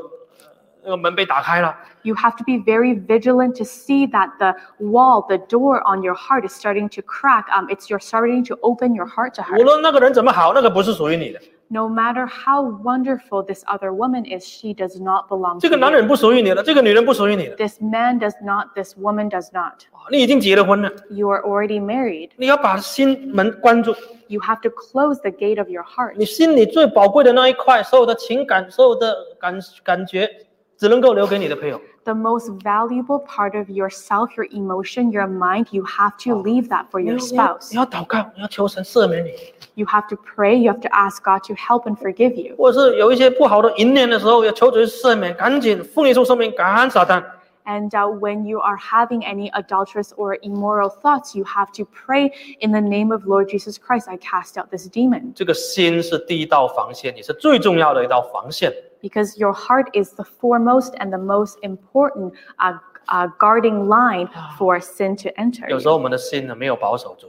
那个门被打开了， You have to be very vigilant to see that the wall, the door on your heart is starting to crack. Um, it's you're starting to open your heart to her. 无论那个人怎么好，那个不是属于你的， No matter how wonderful this other woman is, she does not belong 这个 to 男 you. 人不属于你的，这个女人不属于你的， This man does not, this woman does not. 你已经结了婚了， You are already married. 你要把心门关住， You have to close the gate of your heart. 你心里最宝贵的那一块，所有的情感、所有的感感觉，只能够留给你的配偶。 The most valuable part of yourself, your emotion, your mind, you have to leave that for 你 your 要你要 spouse. 你要祷告，你要求神赦免你， You have to pray, you have to ask God to help and forgive you. 或者是有一些不好的淫念的时候，要求主赦免，赶紧奉耶稣圣名赶撒旦。 And uh, when you are having any adulterous or immoral thoughts, you have to pray in the name of Lord Jesus Christ, I cast out this demon. 这个心是第一道防线，也是最重要的一道防线。 Because your heart is the foremost and the most important uh, uh, guarding line for sin to enter. 有时候我们的心呢没有保守住，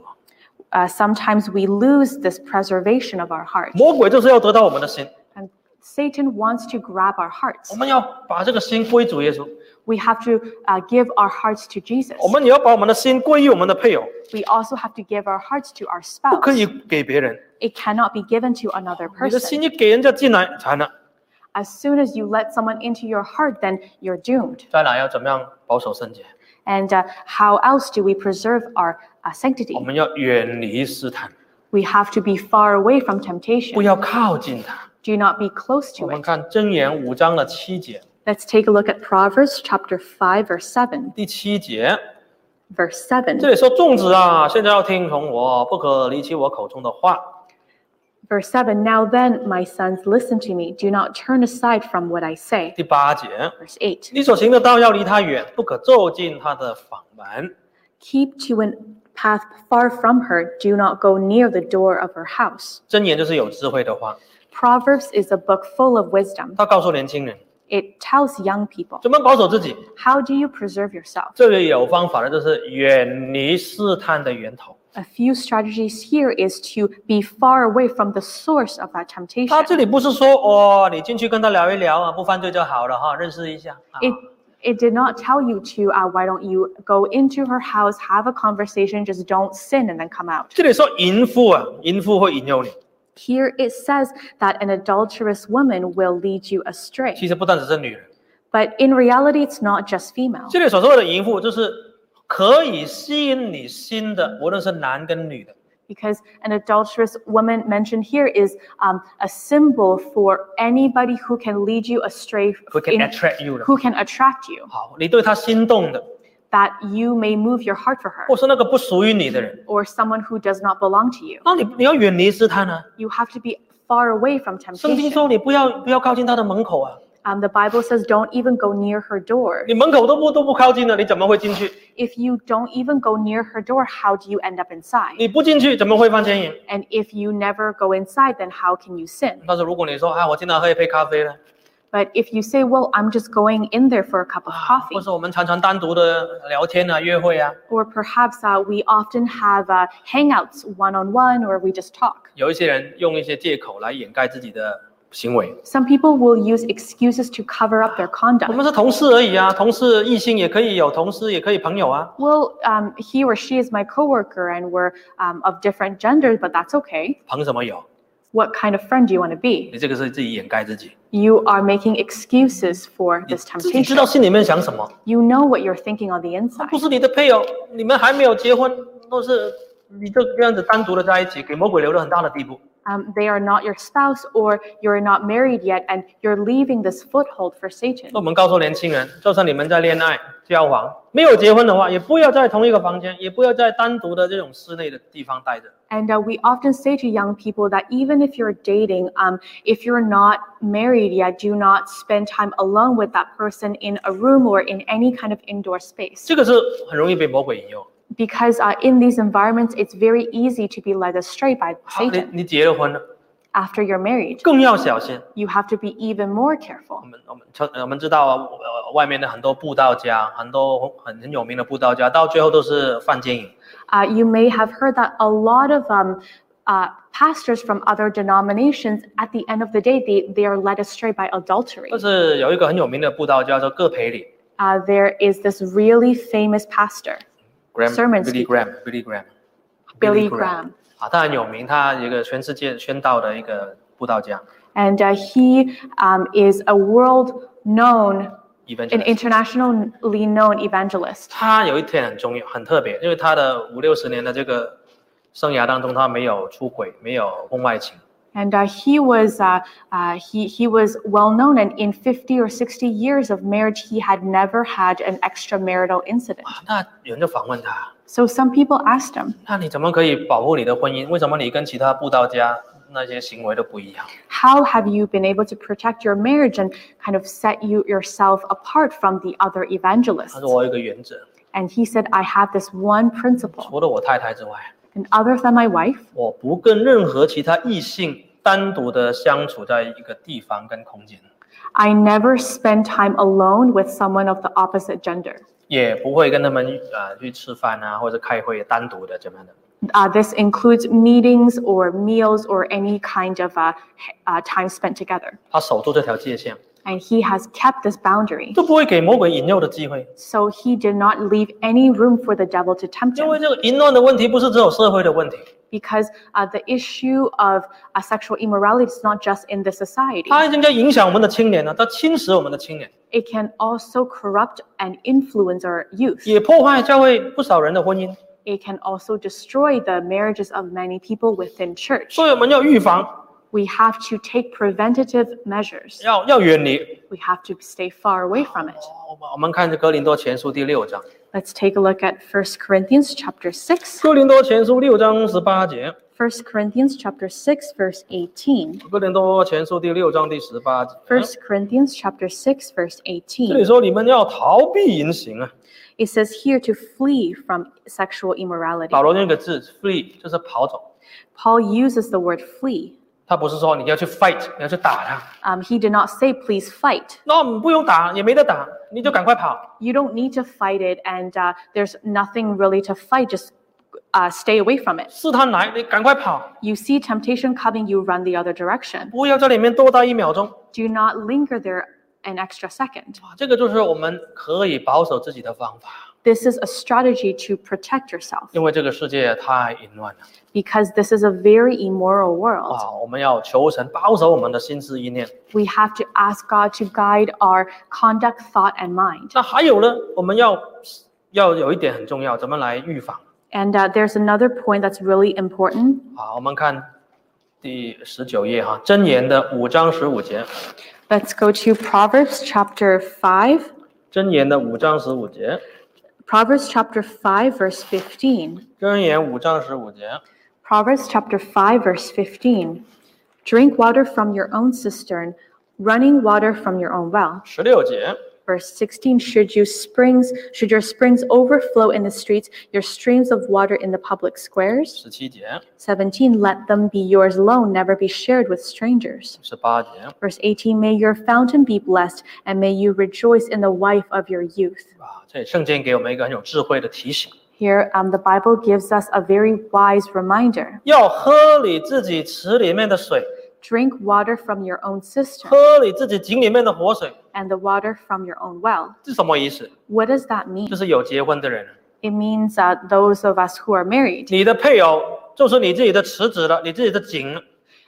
啊 Uh, sometimes we lose this preservation of our heart. 魔鬼就是要得到我们的心， And Satan wants to grab our 我 hearts. 们要把这个心归主耶稣， We have to uh, give our hearts to Jesus. 我们也要把我们的心归于我们的配偶， We also have to give our hearts to our 不可以 spouse. 给别人。 It cannot be given to another 你的 person. 心一给人家进来，惨了。 As soon as you let someone into your heart, then you're doomed. 再来要怎么样保守圣洁？ And uh, how else do we preserve our uh, sanctity? 我们要远离试探， We have to be far away from 不 temptation. 要靠近他。 Do not be close 我 to 们 it. 看箴言五章的七节， Let's take a look at Proverbs chapter 5, verse 7. 第七节 Verse 这 7. 里说：“粽子啊，现在要听从我，不可离弃我口中的话。 Verse 7. Now then, my sons, listen to me. Do not turn aside from what I ” say. 第八节 Verse 8. 你所行的道要离他远，不可走进他的房门。 Keep to a path far from her. Do not go near the door of her house. 箴言就是有智慧的话， Proverbs is a book full of wisdom. 他告诉年轻人 It tells young people. 怎么保守自己。 How do you preserve yourself? 这里有方法的，就是远离试探的源头。 A few strategies here is to be far away from the source of that 他这 temptation. 里不是说哦，你进去跟他聊一聊啊，不犯罪就好了哈，认识一下啊。 It it did not tell you to uh, why don't you go into her house, have a conversation, just don't sin and then come out. 这里说淫妇啊，淫妇会引诱你。 Here it says that an adulterous woman will lead you 其 astray. 实不单只是女人， But in reality, it's not just female. 这里所说的淫妇就是可以吸引你心的，无论是男跟女的。 Because an adulterous woman mentioned here is um, a symbol for anybody who can lead you astray, Who can in- attract you 的 who can attract you. 好，你对他心动的， that you may move your heart for her 或是那个不属于你的人， or someone who does not belong to you. 那你你要远离试探啊。 You have to be far away from 圣经 temptation. 说你不要不要靠近他的门口啊， Um, the Bible says, don't even go near her door. 你门口都不都不靠近了，你怎么会进去？ If you don't even go near her door, how do you end up inside? 你不进去怎么会犯奸淫？ And if you never go inside, then how can you sin? 但是如果你说啊，我经常喝一杯咖啡呢， But if you say, well, I'm just going in there for a cup of 啊或 coffee, 是我们常常单独的聊天啊、约会啊， or perhaps uh, we often have uh, hangouts one on one or we just talk. 有一些人用一些借口来掩盖自己的行为。 Some people will use excuses to cover up their 我 conduct. 们是同事而已啊，同事异性也可以有，同事也可以朋友啊。 well, um, he or she is my coworker and we're um, of different genders, but that's okay. 凭什么有？ What kind of friend do you want to 你 be? 这个是自己掩盖自己， You are making excuses for 你 this 自己知 temptation. 道心里面想什么。 You know what you're thinking on the 他 inside. 不是你的配偶，你们还没有结婚，都是你就这样子单独的在一起，给魔鬼留了很大的地步。 Um, they are not your spouse or you're not married yet and you're leaving this foothold for Satan. 那我们告诉年轻人，就算你们在恋爱、交往，没有结婚的话，也不要在同一个房间，也不要在单独的这种室内的地方待着。 And uh, we often say to young people that even if you're dating, um, if you're not married yet, do not spend time alone with that person in a room or in any kind of indoor space. 这个是很容易被魔鬼引诱。 because uh, in these environments, it's very easy to be led astray by 好，啊你 Satan. 你结了婚了， After you're married, 更要小心。 you have to be even more 我 careful. 们我们我们知道啊，呃，外面的很多布道家，很多很很有名的布道家，到最后都是犯奸淫。 Uh, you may have heard that a lot of um, uh, pastors from other denominations, at the end of the day, they, they are led astray by adultery. 但是有一个很有名的布道家叫葛培理 Uh, there is this really famous pastor, （Graham Sermon Billy speaker Graham），Billy Graham。 Billy Graham. 啊，他很有名，他一个全世界宣道的一个布道家 And uh, he um, is a world known, an ，evangelist。 internationally known evangelist. 他有一天很重要、很特别，因为他的五六十年的这个生涯当中，他没有出轨，没有婚外情。 And uh, he was uh, uh, he he was well known, and in fifty or sixty years of marriage, he had never had an extramarital incident. 那有人就反问他： So some people asked him, 那你怎么可以保护你的婚姻？为什么你跟其他布道家那些行为都不一样？ "How have you been able to protect your marriage and kind of set you yourself apart from the 他 other evangelists?" 说：我有一个原则， And he said, "I have this one principle, 除了我太太之外， and other than my wife, 我不跟任何其他异性单独的相处在一个地方跟空间， I never spend time alone with someone of the opposite gender." 也不会跟他们呃去吃饭啊，或者开会单独的怎么样的。 Uh, this includes meetings or meals or any kind of uh, h- uh, time spent together. 他守住这条界限， And he has kept this boundary. 就不会给魔鬼引诱的机会。 So he did not leave any room for the devil to tempt 因 him 为这个淫乱的问题不是只有社会的问题， because uh, the issue of uh, sexual immorality is not just in the society, 它已经在影响我们的青年了，它侵蚀我们的青年， it can also corrupt and influence our youth. 也破坏教会不少人的婚姻。 It can also destroy the marriages of many people within church. 所以我们要预防， We have to take preventative measures, 要要远离。 we have to stay far away from it. 我们我们看这《哥林多前书》第六章，《 Let's take a look at 1 Corinthians chapter 6. 哥林多前书》六章十八节， 1 Corinthians chapter 6 verse 18. 《哥林多前书》第六章第十八节。 1 Corinthians chapter 6 verse 这里 18. 说你们要逃避淫行啊， It says here to flee from sexual immorality. 保罗那个字 “flee” 就是跑走， Paul uses the word flee. 他不是说你要去 fight，你要去打他。 Um, he did not say please fight. 那我们不用打，也没得打，你就赶快跑。 You don't need to fight it and uh, there's nothing really to fight. Just uh, stay away from it. 试探来，你赶快跑， You see temptation coming, you run the other direction. 不要在里面多待一秒钟。 Do not linger there an extra second. 啊这个就是我们可以保守自己的方法， This is a strategy to protect yourself. 因为这个世界太淫乱了 because this is a very immoral world. 啊！我们要求神保守我们的心思意念。 We have to ask God to guide our conduct, thought, and mind. 那还有呢，我们要要有一点很重要，怎么来预防 And uh, there's another point that's really important. 啊？我们看第十九页哈，箴言的五章十五节， Let's go to Proverbs chapter 5. 箴言的五章十五节， Proverbs chapter 5, verse 15. 箴言五章十五节， Proverbs chapter 5, verse 15. Drink water from your own cistern, running water from your own well. 十六节， Verse 16 Should you springs, should your springs overflow in the streets, your streams of water in the public squares? 十七节， 17 let them be yours alone never be shared with strangers 十八节。 verse 18 may your fountain be blessed and may you rejoice in the wife of your youth 啊，这圣经给我们一个很有智慧的提醒： here um, the bible gives us a very wise reminder 要喝你自己池里面的水， drink water from your own cistern 喝你自己井里面的活水。 and the water from your own well 这什么意思？ what does that mean 就是有结婚的人， it means uh, those of us who are married 你的配偶就是你自己的池子了，你自己的井，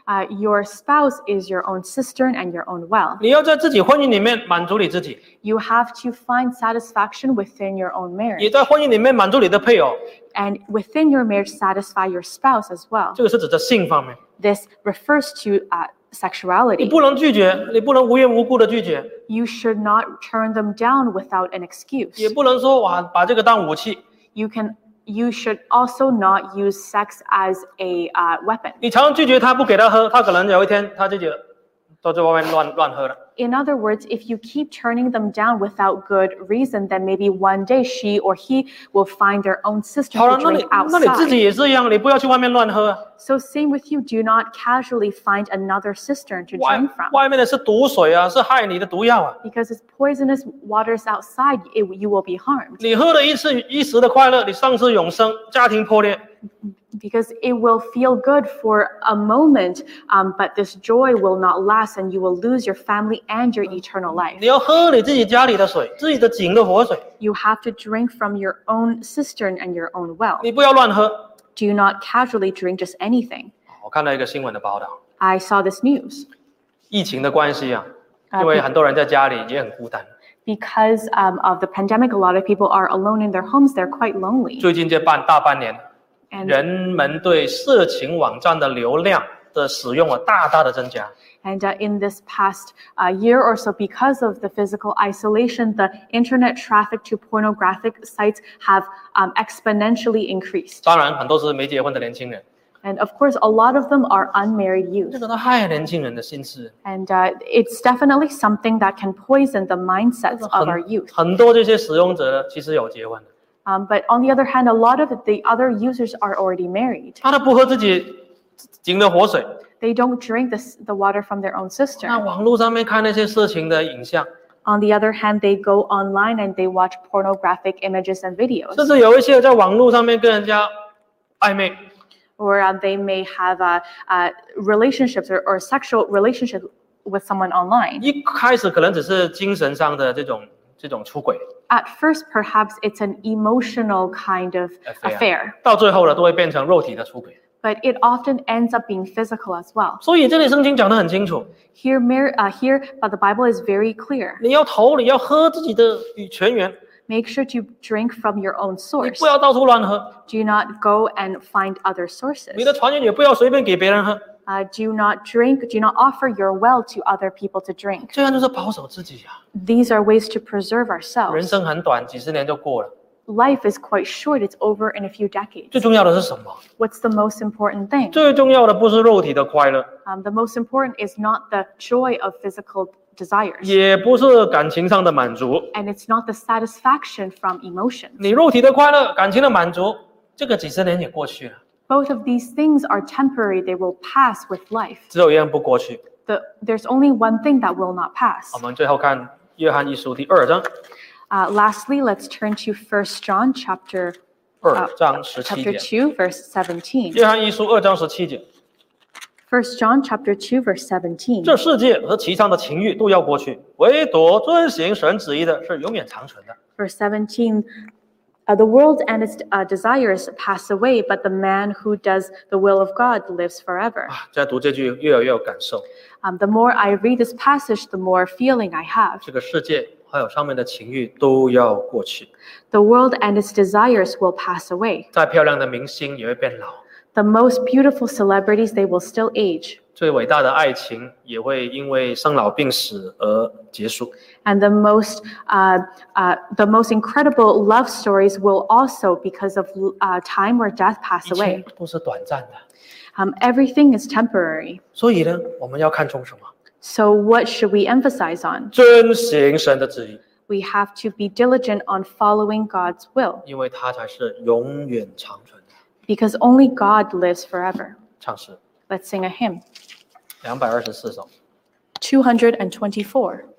uh, your spouse is your own cistern and your own well 你要在自己婚姻里面满足你自己， you have to find satisfaction within your own 也 marriage 在婚姻里面满足你的配偶。 and within your marriage satisfy your spouse as well 这个是指的性方面， this refers to uh, 你 sexuality. 不能拒绝，你不能无缘无故的拒绝， You should not turn them down without an 也 excuse. 不能说哇把这个当武器。 You can. You should also not use sex as a uh, weapon. 你常常拒绝他，不给他喝，他可能有一天他自己都在外面乱乱喝了。 In other words, if you keep turning them down without good reason, then maybe one day she or he will find their own sister 好了 to，那你 drink 那你自己 outside. 也是一样，你不要去外面乱喝啊。 So same with you. Do not casually find another cistern to 外 drink from 外面的是毒水啊，是害你的毒药啊。 because it's poisonous waters outside. It, you will be harmed. 你喝了一次一时的快乐，你丧失永生，家庭破裂， because it will feel good for a moment, um, but this joy will not last, and you will lose your family and your eternal life. 你要喝你自己家里的水，自己的井的活水， You have to drink from your own cistern and your own well. 你不要乱喝。 Do not casually drink just anything. 我看到一个新闻的报道， I saw this news 疫情的关系啊，因为对很多人在家里也很孤单。 because um, of the pandemic. A lot of people are alone in their homes. They're quite lonely. 最近这半大半年， And 人们对色情网站的流量的使用啊，大大的增加。 And uh, in this past uh, year or so, because of the physical isolation, the internet traffic to pornographic sites have um, exponentially increased. 当然，很多是没结婚的年轻人， And of course, a lot of them are unmarried 这 youth. 个都害年轻人的心思。 And uh, it's definitely something that can poison the mindsets of our 很 youth. 很多这些使用者其实有结婚的， Um, but on the other hand, a lot of the other users are already married. 他都不喝自己井的活水， They don't drink this, the water from their own 那 cistern. 网络上面看那些色情的影像， On the other hand, they go online and they watch pornographic images and videos. 甚至有一些在网络上面跟人家暧昧， or uh, they may have uh, uh, relationships or, or sexual relationship with someone online. 一开始可能只是精神上的这种这种出轨， At first, perhaps it's an emotional kind of Affair. affair. 到最后呢都会变成肉体的出轨。 but it often ends up being physical as well. 所以这里圣经讲得很清楚， Here, Mar- uh, here, but the Bible is very clear. 你要投，你要喝自己的与泉源， Make sure to drink from your own 你 source. 不要到处乱喝， Do not go and find other 你 sources. 的船员也不要随便给别人喝， Uh, do not drink. Do not offer your well to other people to drink. 这样就是保守自己啊。 These are ways to preserve 人 ourselves. 生很短，几十年就过了， Life is quite short. It's over in a few decades. 最重要的是什么？ What's the most important thing? 最重要的不是肉体的快乐， Um, the most important is not the joy of physical desires, 也不是感情上的满足。 and it's not the satisfaction from emotions. 你肉体的快乐、感情的满足，这个几十年也过去了， Both of these things are temporary, they will pass with life. 只有一样不过去。 The, there's only one thing that will not pass. 我们最后看约翰一书第二章， Uh, lastly, let's turn to 1 John chapter, 二章十七 chapter 节。 2, verse 17. 约翰一书二章十七节， 1 John chapter 2, verse 17. 这世界和其上的情欲都要过去，唯独遵行神旨意的是永远长存的。 Verse 17 uh, The world and its uh, desires pass away, but the man who does the will of God lives forever. 啊在读这句越来越有感受， Um, the more I read this passage, the more feeling I have. 这个世界还有上面的情欲都要过去， The world and its desires will pass away. 再漂亮的明星也会变老， The most beautiful celebrities, they will still age. 最伟大的爱情也会因为生老病死而结束。 And the most, uh, uh, the most incredible love stories will also, because of uh, time or death, pass 一切 away. 都是短暂的， Um, everything is temporary. 所以呢，我们要看重什么？ So, what should we emphasize on? 遵行神的旨意， We have to be diligent on following God's will, 因为它才是永远长存的。 because only God lives forever. 唱诗 Let's sing a hymn. 两百二十四首。 224.